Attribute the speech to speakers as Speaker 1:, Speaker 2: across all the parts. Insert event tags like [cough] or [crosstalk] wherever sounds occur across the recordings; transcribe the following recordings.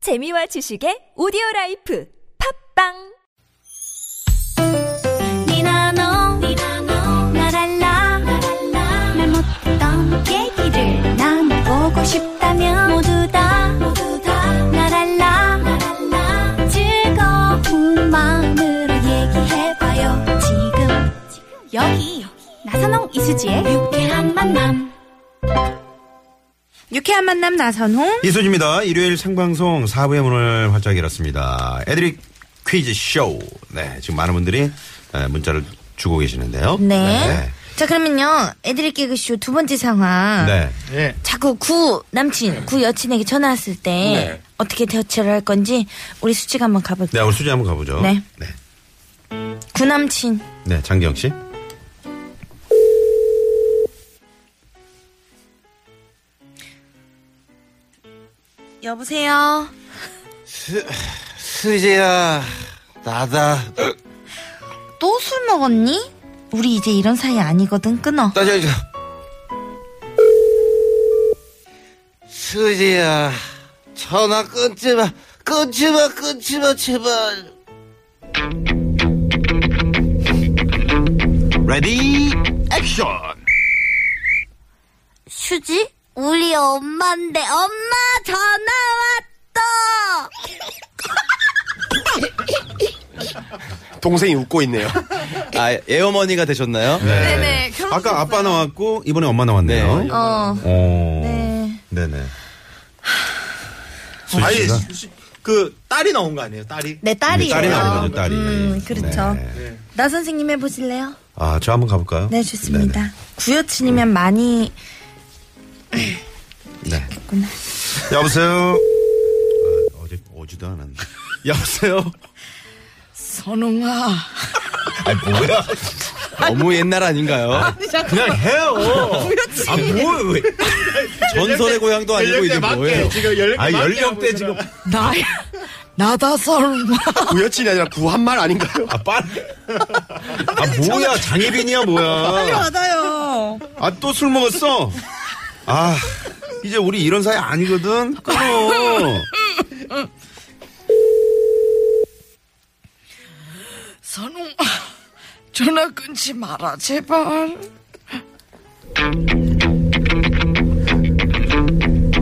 Speaker 1: 재미와 지식의 오디오 라이프 팝빵
Speaker 2: 니나노 날 알라 말 못했던 얘기를 나눠보고 싶다면 모두 다 날 알라 즐거운 마음으로 얘기해봐요 지금 여기 나선홍 이수지의 유쾌한 만남
Speaker 3: 유쾌한 만남 나선홍.
Speaker 4: 이수지입니다. 일요일 생방송 4부의 문을 활짝 열었습니다. 애드립 퀴즈 쇼. 네, 지금 많은 분들이 에, 문자를 주고 계시는데요.
Speaker 3: 네.
Speaker 4: 네.
Speaker 3: 자 그러면요 애드립 개그쇼 두 번째 상황.
Speaker 4: 네.
Speaker 5: 예.
Speaker 3: 자꾸 구 남친, 구 여친에게 전화 왔을 때 어떻게 대처를 할 건지 우리 수지가 한번
Speaker 4: 네,
Speaker 3: 가볼게요.
Speaker 4: 오늘 수지 한번 가보죠.
Speaker 3: 네.
Speaker 4: 네.
Speaker 3: 구 남친.
Speaker 4: 네, 장기영 씨.
Speaker 3: 여보세요.
Speaker 5: 수지야, 나다.
Speaker 3: 또 술 먹었니? 우리 이제 이런 사이 아니거든. 끊어.
Speaker 4: 네.
Speaker 5: 나 저기. 수지야, 전화 끊지 마. 끊지 마, 끊지 마, 제발.
Speaker 4: 레디 액션.
Speaker 3: 수지? 우리 엄마인데 엄마 전화 왔어.
Speaker 6: 동생이 웃고 있네요.
Speaker 5: 아, 애어머니가 되셨나요?
Speaker 4: 네. 네 아까 아빠 나왔고 이번에 엄마 나왔네요.
Speaker 5: 네.
Speaker 3: 어.
Speaker 4: 오. 네. 네
Speaker 3: 아,
Speaker 4: 수지
Speaker 6: 아니,
Speaker 4: 씨가
Speaker 6: 수- 그 딸이 나온 거 아니에요? 딸이?
Speaker 3: 내 딸이에요.
Speaker 4: 딸이 나오죠, 딸이.
Speaker 3: 음, 그렇죠.
Speaker 4: 네.
Speaker 3: 나 선생님 해보실래요?
Speaker 4: 아, 저 한번 가볼까요?
Speaker 3: 네, 좋습니다.
Speaker 4: 네네.
Speaker 3: 구여친이면 많이
Speaker 4: 네. 여보세요. 아, 어제 오지도 않았네. [laughs] 여보세요.
Speaker 3: 선홍아.
Speaker 4: 아니 뭐야?
Speaker 5: 너무 옛날 아닌가요?
Speaker 4: 그냥 해요. 아, 뭐, 왜.
Speaker 5: 전설의 고향도 아니고 이게 뭐예요?
Speaker 6: 지금 연령
Speaker 4: 아, 연령대 지금.
Speaker 3: 나야. 나다 선홍아.
Speaker 6: 구여친이 아니라 구한말 아닌가요?
Speaker 4: 아, 빨 아, 뭐야. 장혜빈이야, 뭐야.
Speaker 3: 받아요.
Speaker 4: 아, 또 술 먹었어? 아, 이제 우리 이런 사이 아니거든? 끊어.
Speaker 3: 선홍아. 전화 끊지 마라, 제발.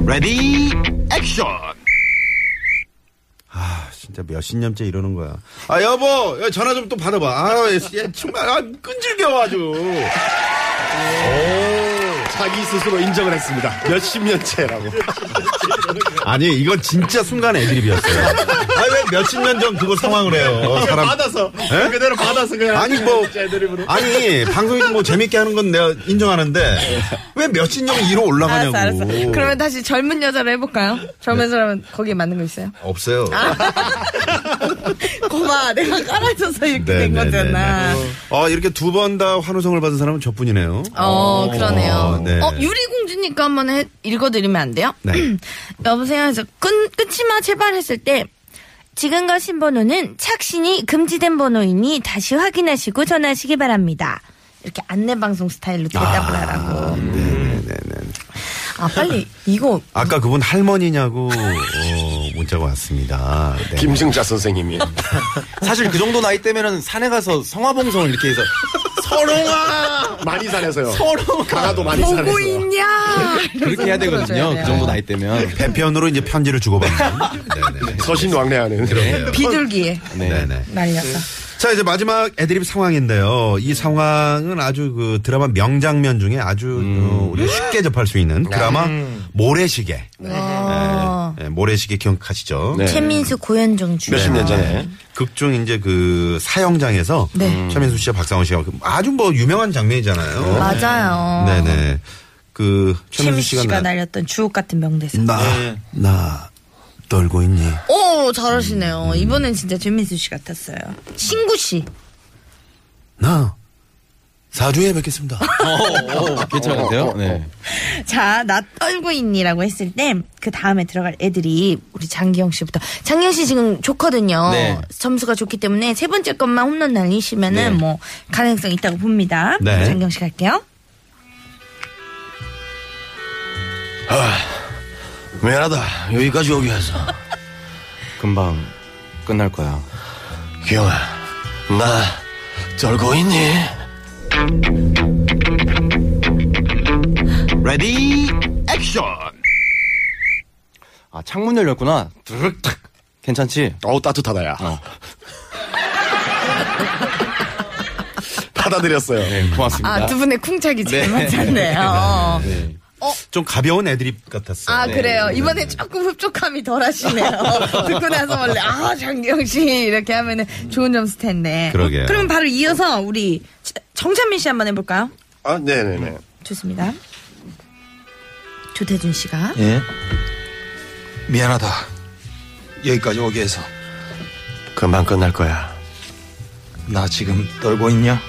Speaker 4: 레디, 액션. 아, 진짜 몇십 년째 이러는 거야. 아, 여보, 야, 전화 좀 또 받아봐. 아, 얘 정말, 아, 끈질겨워, 아주.
Speaker 6: 자기 스스로 인정을 했습니다. 몇십 년째라고.
Speaker 4: 아니 이건 진짜 순간 애드립이었어요. 아왜 몇십 년 전 그거 상황을 해요. 사람 예?
Speaker 6: 받아서 그대로 받아서 그냥
Speaker 4: 아니 뭐
Speaker 6: 진짜 애드립으로.
Speaker 4: 아니 방송에서 뭐 재밌게 하는 건 내가 인정하는데 왜 몇십 년 위로 올라가냐고.
Speaker 7: 알았어, 알았어. 그러면 다시 젊은 여자로 해볼까요? 젊은 사람은 거기에 맞는 거 있어요?
Speaker 4: 없어요.
Speaker 7: 아, 고마, 내가 깔아줘서 이렇게
Speaker 4: 네,
Speaker 7: 된
Speaker 4: 네,
Speaker 7: 거잖아.
Speaker 4: 네, 네. 어 이렇게 두 번 다 환호성을 받은 사람은 저뿐이네요.
Speaker 7: 어, 그러네요.
Speaker 4: 어, 네.
Speaker 7: 어, 유리공주니까 한번 해- 읽어드리면 안 돼요?
Speaker 4: 네.
Speaker 3: [clears throat] 여보세요. 해서 끊, 끊지 마, 제발 했을 때. 지금과 신번호는 착신이 금지된 번호이니 다시 확인하시고 전화하시기 바랍니다. 이렇게 안내방송 스타일로 대답을 하라고. 아, 빨리, 이거.
Speaker 4: 아까 그분 할머니냐고 어, 문자가 왔습니다. 네.
Speaker 6: 김승자 선생님이.
Speaker 5: 사실 그 정도 나이 때면은 산에 가서 성화봉송을 이렇게 해서
Speaker 6: 서롱아! 많이 산에서요.
Speaker 5: 서롱아!
Speaker 6: 강화도 많이 산에서.
Speaker 3: 뭐
Speaker 7: 보고 있냐?
Speaker 4: [laughs]
Speaker 5: 그렇게 해야 되거든요. 그 정도 나이 때면.
Speaker 4: 배편으로 이제 편지를 주고받는. 네네.
Speaker 6: 서신 왕래하는.
Speaker 7: 비둘기에
Speaker 4: 네네.
Speaker 7: 날렸어.
Speaker 4: 자 이제 마지막 애드립 상황인데요. 이 상황은 아주 그 드라마 명장면 중에 아주 어,
Speaker 7: 음.
Speaker 4: 우리가 쉽게 접할 수 있는 드라마 모래시계.
Speaker 7: 네.
Speaker 4: 예, 예, 모래시계 기억하시죠?
Speaker 5: 네.
Speaker 3: 최민수 고현정 주.
Speaker 5: 몇십 년 전에.
Speaker 4: 극중 이제 그 사형장에서 최민수 씨와 박상원 씨가 그 아주 뭐 유명한 장면이잖아요.
Speaker 3: 맞아요.
Speaker 4: 네네. 그 네. 최민수
Speaker 3: 최민수
Speaker 4: 씨가
Speaker 3: 씨가
Speaker 4: 나,
Speaker 3: 날렸던 주옥 같은 명대사.
Speaker 4: 나, 네. 나 떨고 있니?
Speaker 3: 오 잘하시네요. 이번엔 진짜 최민수 씨 같았어요. 신구 씨.
Speaker 4: 나 사주에 뵙겠습니다.
Speaker 5: 어, 괜찮은데요? 네.
Speaker 3: 자, 나 떨고 있니라고 했을 때 그 다음에 들어갈 애들이 우리 장기영 씨부터. 장기영 씨 지금 좋거든요.
Speaker 5: 네.
Speaker 3: 점수가 좋기 때문에 세 번째 것만 홈런 날리시면은 뭐 가능성 있다고 봅니다.
Speaker 4: 네.
Speaker 3: 장기영 씨 갈게요.
Speaker 5: 미안하다. 여기까지 오게 해서. 금방 끝날 거야.
Speaker 6: 기영아, 나 절고 있니?
Speaker 5: 레디 액션. 아 창문 열렸구나. 드륵탁. 괜찮지?
Speaker 6: 어우 따뜻하다 야. 받아들였어요.
Speaker 5: 네, 고맙습니다.
Speaker 3: 아, 두 분의 쿵짝이 지금
Speaker 5: [laughs]
Speaker 3: 맞았네요. 어.
Speaker 4: 좀 가벼운 애드립 같았어요. 네.
Speaker 3: 아, 그래요. 이번에 조금 흡족함이 덜
Speaker 4: [laughs]
Speaker 3: 하시네요. 듣고 나서 원래, 아, 장기영 씨. 이렇게 하면은 좋은 점수 텐데.
Speaker 4: 그러게요.
Speaker 3: 그럼 바로 이어서 우리 정찬민 씨 한번 해볼까요?
Speaker 6: 아 네네네.
Speaker 3: 좋습니다. 조태준 씨가.
Speaker 5: 예.
Speaker 6: 미안하다. 여기까지 오게 해서. 금방 끝날 거야.
Speaker 5: 나 지금 떨고 있냐?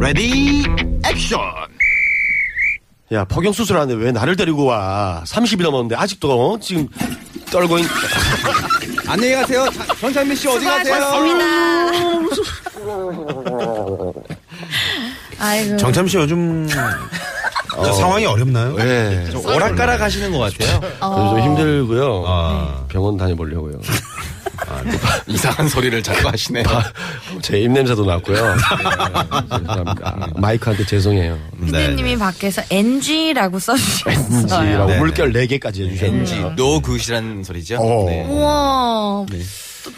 Speaker 5: 레디 액션.
Speaker 6: 야 폭경 수술하는데 왜 나를 데리고 와? 30이 넘었는데 아직도 어? 지금 떨고 있.
Speaker 5: 안녕히 가세요. 자- 전찬민 씨 어디 가세요?
Speaker 6: 아,
Speaker 3: 아이고.
Speaker 4: 정참 씨 요즘 저 상황이 어렵나요?
Speaker 6: 네.
Speaker 5: 좀 오락가락 하시는 것 같아요.
Speaker 6: 좀 힘들고요.
Speaker 4: 아,
Speaker 6: 병원 다녀보려고요. [laughs]
Speaker 5: 이상한 소리를 자꾸 하시네.
Speaker 6: 제 입냄새도 났고요. 네, 죄송합니다. 마이크한테 죄송해요.
Speaker 3: 피디님이 밖에서 NG라고 써주셨어요.
Speaker 6: 지라고
Speaker 4: 네.
Speaker 6: 물결 4개까지
Speaker 3: 음.
Speaker 5: 왠지
Speaker 6: 해주셨네요.
Speaker 5: 노굿이라는 소리죠. 네.
Speaker 6: 어.
Speaker 3: 우와.
Speaker 4: 네,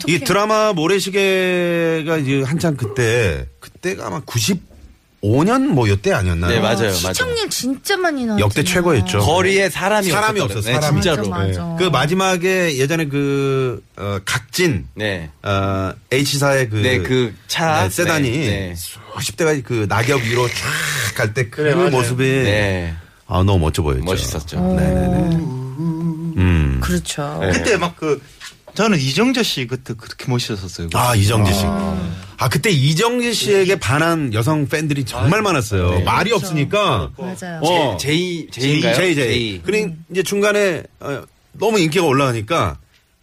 Speaker 4: 이 드라마 모래시계가 이제 한창 그때 그때가 아마 95년 뭐 이때 아니었나요?
Speaker 5: 네 맞아요, 맞아요.
Speaker 3: 시청률 진짜 많이 나왔어요.
Speaker 4: 역대 최고였죠.
Speaker 5: 거리에 사람이
Speaker 4: 사람이 없었어요,
Speaker 5: 없었거든요. 네,
Speaker 4: 사람이.
Speaker 5: 진짜로.
Speaker 3: 맞아, 맞아.
Speaker 4: 그 마지막에 예전에 그 어, 각진
Speaker 5: 네.
Speaker 4: 어, H사의 그,
Speaker 5: 네, 그 차.
Speaker 4: 네, 세단이
Speaker 5: 네, 네.
Speaker 4: 수십 대가 그 낙엽 위로 쫙 갈 때 그
Speaker 6: 맞아요.
Speaker 4: 모습이
Speaker 5: 네.
Speaker 4: 아 너무 멋져 보였죠. 네,
Speaker 5: 멋있었죠.
Speaker 4: 음.
Speaker 3: 그렇죠.
Speaker 8: 그때 막 그 저는 이정재 씨 그때 그렇게 멋있었어요.
Speaker 4: 아 이정재 씨. 아 그때 이정재 씨에게 반한 여성 팬들이 정말 많았어요. 말이 없으니까.
Speaker 3: 맞아요.
Speaker 4: 어.
Speaker 5: 아, 네. 제이
Speaker 4: 제이
Speaker 5: 제이인가요?
Speaker 4: 제이 제이. 그러니 이제 중간에 어, 너무 인기가 올라가니까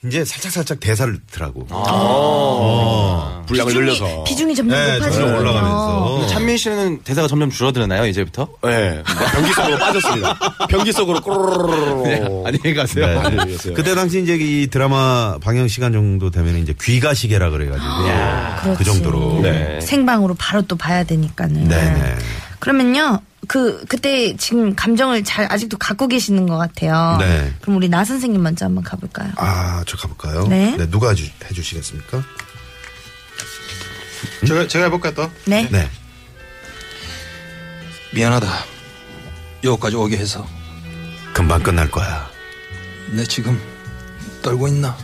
Speaker 4: 이제 살짝 살짝 대사를 듣더라고. 어.
Speaker 6: 분량을 늘려서.
Speaker 3: 비중이 점점
Speaker 4: 네, 점점
Speaker 3: 높아지는
Speaker 4: 올라가면서.
Speaker 5: 찬민 씨는 대사가 점점 줄어드나요 이제부터?
Speaker 6: 네. 변기 속으로 빠졌습니다. 변기 속으로 꼬르르르르.
Speaker 5: 안녕히 가세요.
Speaker 4: 네.
Speaker 6: 많이 늘렸어요.
Speaker 4: 그때 당시 이제 이 드라마 방영 시간 정도 되면 이제 귀가 시계라 그래가지고 그
Speaker 3: 그렇지.
Speaker 4: 정도로.
Speaker 6: 네.
Speaker 3: 생방으로 바로 또 봐야 되니까는.
Speaker 4: 네네.
Speaker 3: 그러면요. 그 그때 지금 감정을 잘 아직도 갖고 계시는 것 같아요.
Speaker 4: 네.
Speaker 3: 그럼 우리 나 선생님 먼저 한번 가볼까요?
Speaker 4: 아, 저 가볼까요?
Speaker 3: 네.
Speaker 4: 누가 해주- 해주시겠습니까?
Speaker 8: 제가 제가 해볼까 또?
Speaker 3: 네.
Speaker 4: 네.
Speaker 8: 미안하다. 여기까지 오게 해서
Speaker 4: 금방 끝날 거야.
Speaker 8: 내 지금 떨고 있나?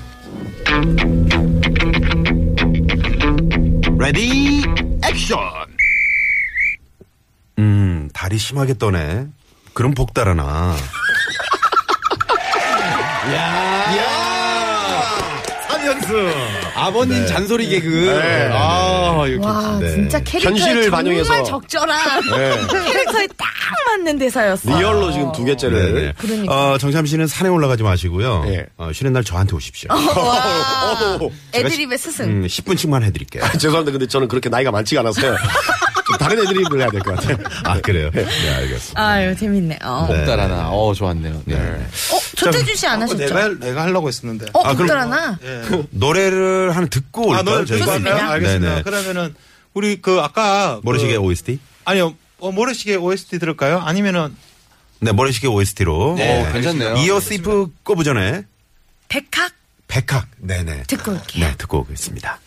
Speaker 5: 레디 액션.
Speaker 4: 음, 다리 심하게 떠네. 그럼 복달아나.
Speaker 5: 아버님 잔소리 개그. 아 이렇게.
Speaker 3: 와
Speaker 4: 네.
Speaker 3: 진짜 캐릭터에
Speaker 6: 현실을
Speaker 3: 정말
Speaker 6: 반영해서.
Speaker 3: 적절한 캐릭터에 딱 맞는 대사였어요.
Speaker 6: 리얼로 지금 두 개째를.
Speaker 4: 네네.
Speaker 3: 그러니까.
Speaker 4: 어, 정참 씨는 산에 올라가지 마시고요.
Speaker 6: 네.
Speaker 4: 어, 쉬는 날 저한테 오십시오.
Speaker 6: 어우,
Speaker 3: 애드립의 스승.
Speaker 4: 음, 10분씩만 해드릴게요.
Speaker 6: 아. 죄송한데 근데 저는 그렇게 나이가 많지가 않아서요. 좀 다른 애드립을 해야 될 것 같아요.
Speaker 4: 아, 그래요? 네, 알겠습니다.
Speaker 3: 아유 재밌네요. 어,
Speaker 4: 네.
Speaker 5: 복달하나. 어 좋았네요. 네.
Speaker 3: 조태준 씨 안 하셨죠?
Speaker 8: 어, 내가 내가 하려고 했었는데.
Speaker 3: 어
Speaker 4: 아, 그럼-
Speaker 3: 복달하나?
Speaker 4: 노래를 하나 듣고
Speaker 8: 아,
Speaker 4: 올까요?
Speaker 8: 노래
Speaker 4: 저희가?
Speaker 8: 듣고 할까요? 알겠습니다.
Speaker 4: 네네.
Speaker 8: 그러면은 우리 그 아까
Speaker 4: 모래시계
Speaker 8: 그,
Speaker 4: OST?
Speaker 8: 아니요 어, 모래시계 OST 들을까요? 아니면은
Speaker 4: 네, 모래시계 OST로.
Speaker 5: 네, 괜찮네요.
Speaker 4: 이어 스이프 꼽부 전에
Speaker 3: 백학
Speaker 4: 백학. 네네.
Speaker 3: 듣고 올게요.
Speaker 4: 네, 듣고 오겠습니다.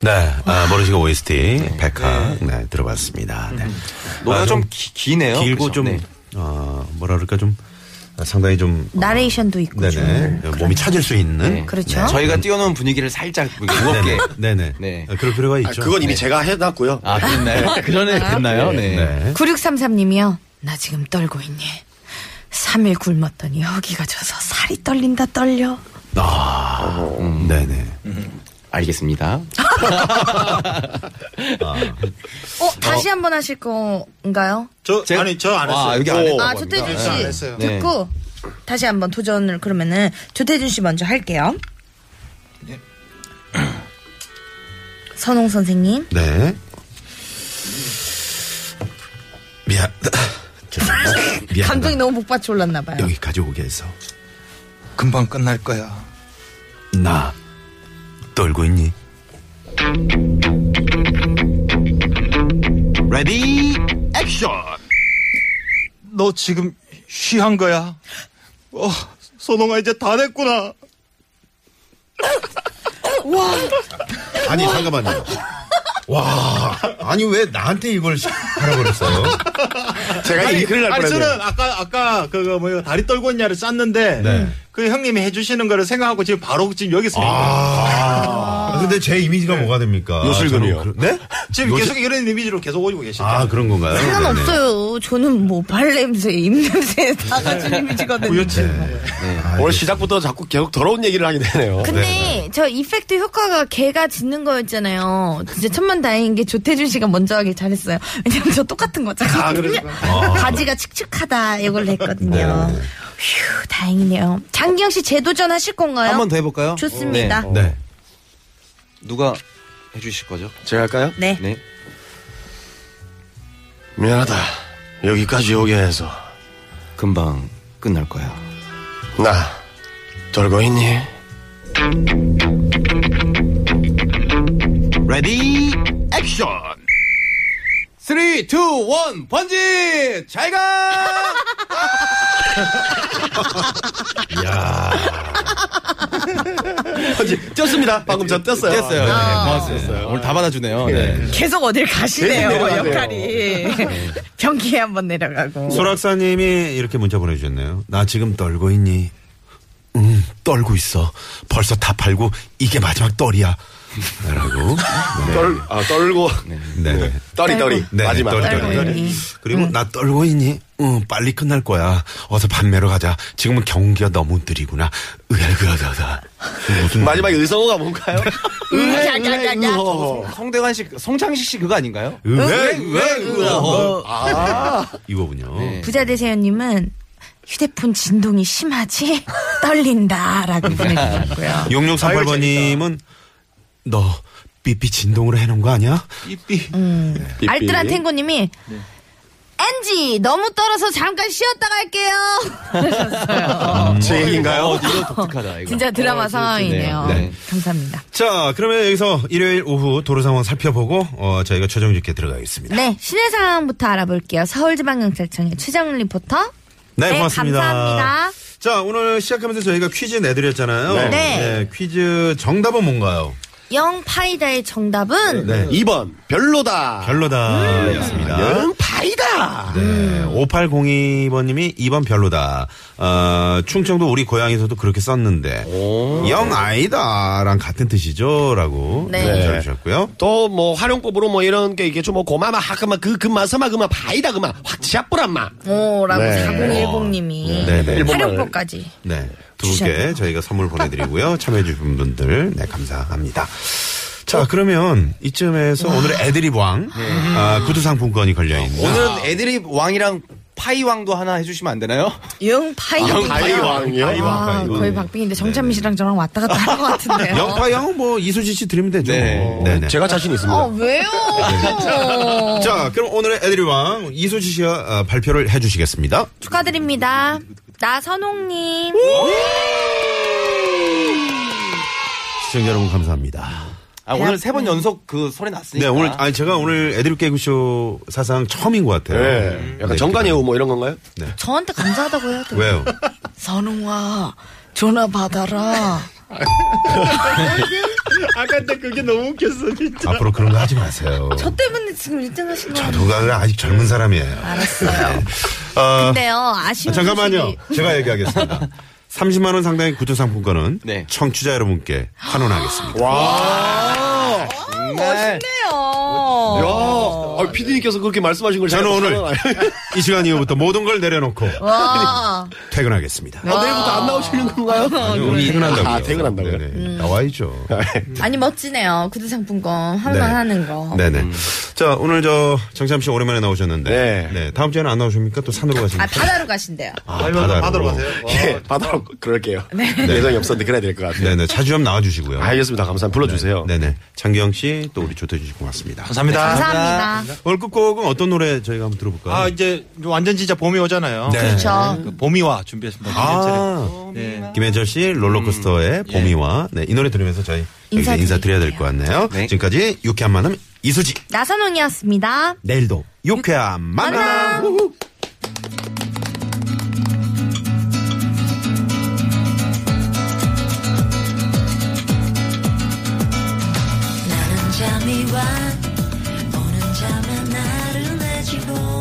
Speaker 4: 네, 아, 모르시고 OST 백학 네, 들어봤습니다. 네.
Speaker 5: 노래가
Speaker 4: 아,
Speaker 5: 좀 기- 기네요.
Speaker 4: 길고
Speaker 5: 그죠?
Speaker 4: 좀
Speaker 5: 네.
Speaker 4: 어, 뭐라 그럴까 좀 아, 상당히 좀 어,
Speaker 3: 나레이션도 있고
Speaker 4: 네네 그
Speaker 3: 좀
Speaker 4: 몸이 찾을 수 있는
Speaker 5: 네.
Speaker 3: 그렇죠.
Speaker 5: 저희가 띄워놓은 분위기를 살짝 무겁게.
Speaker 4: 네네 네네
Speaker 5: 네.
Speaker 4: 아, 그럴 필요가
Speaker 6: 아,
Speaker 4: 있죠.
Speaker 6: 그건 이미 제가 해놨고요.
Speaker 5: 아 그랬나요? 그전에 됐나요? 네.
Speaker 4: 네.
Speaker 3: 9633님이요. 나 지금 떨고 있니? 3일 굶었더니 허기가 져서 살이 떨린다 떨려.
Speaker 4: 음. 네네
Speaker 9: 알겠습니다.
Speaker 7: 어, 다시 한 번 하실 건가요?
Speaker 8: 저
Speaker 9: 제가-
Speaker 8: 아니 저 안 했어요.
Speaker 9: 아, 여기 안 했다고
Speaker 7: 아,
Speaker 9: 합니다.
Speaker 7: 조태준
Speaker 8: 안
Speaker 7: 씨
Speaker 8: 했어요.
Speaker 9: 네.
Speaker 7: 듣고 다시 한번 도전을 그러면은 조태준 씨 먼저 할게요. 예. [clears throat] 선홍 선생님.
Speaker 4: 네. 미안. [clears throat] 죄송합니다.
Speaker 7: [laughs]
Speaker 4: 미안하다.
Speaker 7: 감정이 너무 복받쳐 올랐나 봐요.
Speaker 4: 여기까지 오게 해서
Speaker 8: 금방 끝날 거야.
Speaker 4: 나 떨고 있니?
Speaker 6: 레디 액션.
Speaker 8: 너 지금 쉬한 거야. 어, 선홍아 이제 다 됐구나.
Speaker 4: 아니 잠깐만요. 와 아니 왜 나한테 이걸 시- 하라고 그랬어요?
Speaker 9: 제가 이제 큰일 날
Speaker 8: 아니
Speaker 9: 뻔했네요.
Speaker 8: 저는 아까 아까 그거 뭐야 다리 떨고 있냐를 짰는데
Speaker 4: 네.
Speaker 8: 그 형님이 해주시는 거를 생각하고 지금 바로 지금 여기 있습니다.
Speaker 4: 아 근데 제 이미지가 뭐가 됩니까?
Speaker 6: 요술근이요.
Speaker 4: 저는 그- 네?
Speaker 8: 지금
Speaker 4: 요술-
Speaker 8: 계속 이런 이미지로 계속 오고 계시죠.
Speaker 4: 아 그런 건가요? 네네.
Speaker 7: 상관없어요. 저는 뭐 발냄새, 입냄새에 다 가진
Speaker 4: 네.
Speaker 7: [laughs] 이미지거든요. 네.
Speaker 6: 오늘 시작부터 자꾸 계속 더러운 얘기를 하게 되네요.
Speaker 3: 근데 저 이펙트 효과가 개가 짖는 거였잖아요. 진짜 천만 다행인 게 조태준 씨가 먼저 하길 잘했어요. 왜냐면 저 똑같은 거잖아요. [laughs] 바지가 칙칙하다 이걸 로 했거든요. 휴 다행이네요. 장기영 씨 재도전 하실 건가요?
Speaker 9: 한 번 더 해볼까요?
Speaker 3: 좋습니다.
Speaker 9: 네.
Speaker 4: 네.
Speaker 9: 누가 해주실 거죠?
Speaker 6: 제가 할까요?
Speaker 3: 네.
Speaker 9: 네.
Speaker 6: 미안하다. 여기까지 오게 해서
Speaker 9: 금방 끝날 거야.
Speaker 6: 나 떨고 있니? 레디 액션.
Speaker 9: 3, 2, 1, 번지! 잘 [laughs] 가! [laughs]
Speaker 6: 떴습니다. 방금 전 떴어요.
Speaker 9: 됐어요. 네,
Speaker 6: 아,
Speaker 9: 고맙습니다. 오늘 다 받아주네요. 네.
Speaker 7: 계속 어딜 가시네요,
Speaker 6: 계속 내려가네요.
Speaker 7: 역할이. 변기에 한번 내려가고.
Speaker 4: 소락사님이 이렇게 문자 보내주셨네요. 나 지금 떨고 있니? 음, 떨고 있어. 벌써 다 팔고 이게 마지막 떨이야. 라고.
Speaker 6: 떨, 아, 떨고.
Speaker 4: 네. 네.
Speaker 6: 떨이, 떨이.
Speaker 4: 네,
Speaker 6: 마지막.
Speaker 4: 떨이, 떨이. 그리고 나 떨고 있니? 응, 빨리 끝날 거야. 어서 밤매러 가자. 지금은 경기가 너무 느리구나. 으야그야그야. 무슨
Speaker 6: 마지막에 의성어가 뭔가요?
Speaker 3: 음,
Speaker 9: 성대관 씨, 성창식 씨 그거 아닌가요?
Speaker 3: 네,
Speaker 4: 으왜왜으
Speaker 3: 어.
Speaker 4: 이거군요.
Speaker 3: 부자 대세연님은 휴대폰 진동이 심하지 떨린다라고 보내주셨고요.
Speaker 4: 6638번님은 너 삐삐 진동으로 해놓은 거 아니야?
Speaker 3: 알뜰한 탱고님이 엔지 너무 떨어서 잠깐 쉬었다 갈게요.
Speaker 6: 음, 제 얘기인가요?
Speaker 9: 어, 이거 독특하다, 이거.
Speaker 3: 진짜 드라마
Speaker 9: 어,
Speaker 3: 상황이네요.
Speaker 9: 네.
Speaker 3: 감사합니다.
Speaker 4: 자, 그러면 여기서 일요일 오후 도로 상황 살펴보고 어, 저희가 최종 집계 들어가겠습니다.
Speaker 3: 네, 시내 상황부터 알아볼게요. 서울지방경찰청의 최정훈 리포터.
Speaker 4: 네,
Speaker 3: 네,
Speaker 4: 고맙습니다.
Speaker 3: 감사합니다.
Speaker 4: 자, 오늘 시작하면서 저희가 퀴즈 내드렸잖아요.
Speaker 3: 네. 네.
Speaker 4: 퀴즈 정답은 뭔가요?
Speaker 3: 영파이다의 정답은
Speaker 4: 네.
Speaker 6: 2번, 별로다.
Speaker 3: 음.
Speaker 6: 음,
Speaker 4: 별로다였습니다.
Speaker 6: 는 파이다.
Speaker 4: 네, 5802번님이 2번 별로다. 어, 충청도 우리 고향에서도 그렇게 썼는데 영 아이다랑 같은 뜻이죠라고
Speaker 3: 네.
Speaker 4: 문자를 주셨고요.
Speaker 6: 또 뭐 활용법으로 뭐 이런 게 있겠죠. 뭐 고마마 하그마 그 그마 서마 그마 파이다 그마 확치아뿌란마.
Speaker 7: 오라고
Speaker 6: 네.
Speaker 7: 4010님이
Speaker 4: 네, 네.
Speaker 7: 활용법까지.
Speaker 4: 네. 두 분께 저희가 선물 보내드리고요. 참여해주신 분들, 네, 감사합니다. 자, 그러면 이쯤에서 오늘의 애드립 왕, 아, 구두상품권이 걸려있는.
Speaker 9: 오늘은 애드립 왕이랑 파이 왕도 하나 해주시면 안 되나요?
Speaker 7: 영파이.
Speaker 4: 음,
Speaker 6: 파이왕이요.
Speaker 7: 아, 거의 박빙인데 정찬민 씨랑 저랑 왔다 갔다 할 것
Speaker 3: 어?
Speaker 7: 같은데요.
Speaker 4: 영파영, 뭐, 이수지 씨 드리면 되죠.
Speaker 9: 네.
Speaker 4: 네, 네.
Speaker 6: 제가 자신 있습니다.
Speaker 3: 어,
Speaker 7: 아, 왜요?
Speaker 4: 자, 그럼 오늘의 애드립 왕, 이수지 씨가 아, 발표를 해주시겠습니다.
Speaker 3: 축하드립니다. 나선홍님.
Speaker 4: 시청자 여러분, 감사합니다.
Speaker 9: 아, 오늘 세 번 연속 그 소리 났으니까.
Speaker 4: 네, 오늘, 아니, 제가 오늘 애드립 개그쇼 사상 처음인 것 같아요.
Speaker 6: 네. 약간 정관예우 뭐 이런 건가요?
Speaker 3: 저한테 감사하다고 해야 돼요.
Speaker 4: 왜요?
Speaker 7: 선홍아, 전화 받아라.
Speaker 8: [laughs] 아까 근데 그게 너무 웃겼어 진짜.
Speaker 4: 앞으로 그런 거 하지 마세요.
Speaker 7: 저뭐 때문에 지금 1등 하신 거 아니에요?
Speaker 4: 누가 그래, 아직 젊은 사람이에요.
Speaker 7: 알았어요.
Speaker 4: 어,
Speaker 3: 근데요,
Speaker 4: 아,
Speaker 3: 아쉬운
Speaker 4: 잠깐만요.
Speaker 3: 소식이-
Speaker 4: 제가 얘기하겠습니다. 30만 원 상당의 구조 상품권은
Speaker 9: 네.
Speaker 4: 청취자 여러분께 환원하겠습니다.
Speaker 9: 정말.
Speaker 4: 뭐,
Speaker 7: 네요.
Speaker 9: 야,
Speaker 6: 아, 피디님께서 그렇게 말씀하신 걸
Speaker 4: 저는
Speaker 6: 제가
Speaker 4: 오늘
Speaker 6: 하나는 알아요.
Speaker 4: [laughs] 이 시간 이후부터 모든 걸 내려놓고
Speaker 7: 와.
Speaker 4: 퇴근하겠습니다. 네,
Speaker 6: 아, 내일부터 안 나오시는 건가요?
Speaker 4: 오늘 아, 퇴근한다고요.
Speaker 6: 아, 퇴근한다고요?
Speaker 4: 네네. 나와야죠.
Speaker 7: 아니 멋지네요. 구두 상품권 할만
Speaker 4: 네.
Speaker 7: 하는 거.
Speaker 4: 네네. 자, 오늘 저 정참 씨 오랜만에 나오셨는데.
Speaker 6: 네.
Speaker 4: 다음 주에는 안 나오십니까? 또 산으로
Speaker 7: 아
Speaker 4: 가십니까?
Speaker 7: 바다로 가신대요.
Speaker 4: 바다로.
Speaker 8: 받으러 가세요. 와.
Speaker 6: 예, 받아라 그럴게요. 예정이 없었는데 그래야 될 것 같아요.
Speaker 4: 네네. 자주 좀 나와 주시고요.
Speaker 6: 알겠습니다. 감사합니다. 불러주세요.
Speaker 4: 네네. 장기영 씨 또 우리 조태준 씨 고맙습니다. 네.
Speaker 8: 감사합니다.
Speaker 7: 감사합니다.
Speaker 4: 오늘 끝곡은 어떤 노래 저희가 한번 들어볼까요?
Speaker 8: 아 이제 완전 진짜 봄이 오잖아요.
Speaker 4: 네.
Speaker 7: 그렇죠.
Speaker 8: 그 봄이와 준비했습니다.
Speaker 4: 아.
Speaker 8: 네.
Speaker 4: 김현철 씨 롤러코스터의 봄이와 네, 이 노래 들으면서 저희 인사
Speaker 7: 음, 예. 인사드릴게요.
Speaker 4: 인사드려야 될 것 같네요.
Speaker 9: 네.
Speaker 4: 지금까지 유쾌한 만남 이수지.
Speaker 3: 나선홍이었습니다.
Speaker 4: 내일도 유쾌한 만남.
Speaker 2: 나는 잠이 와 오는 잠에 나른해지고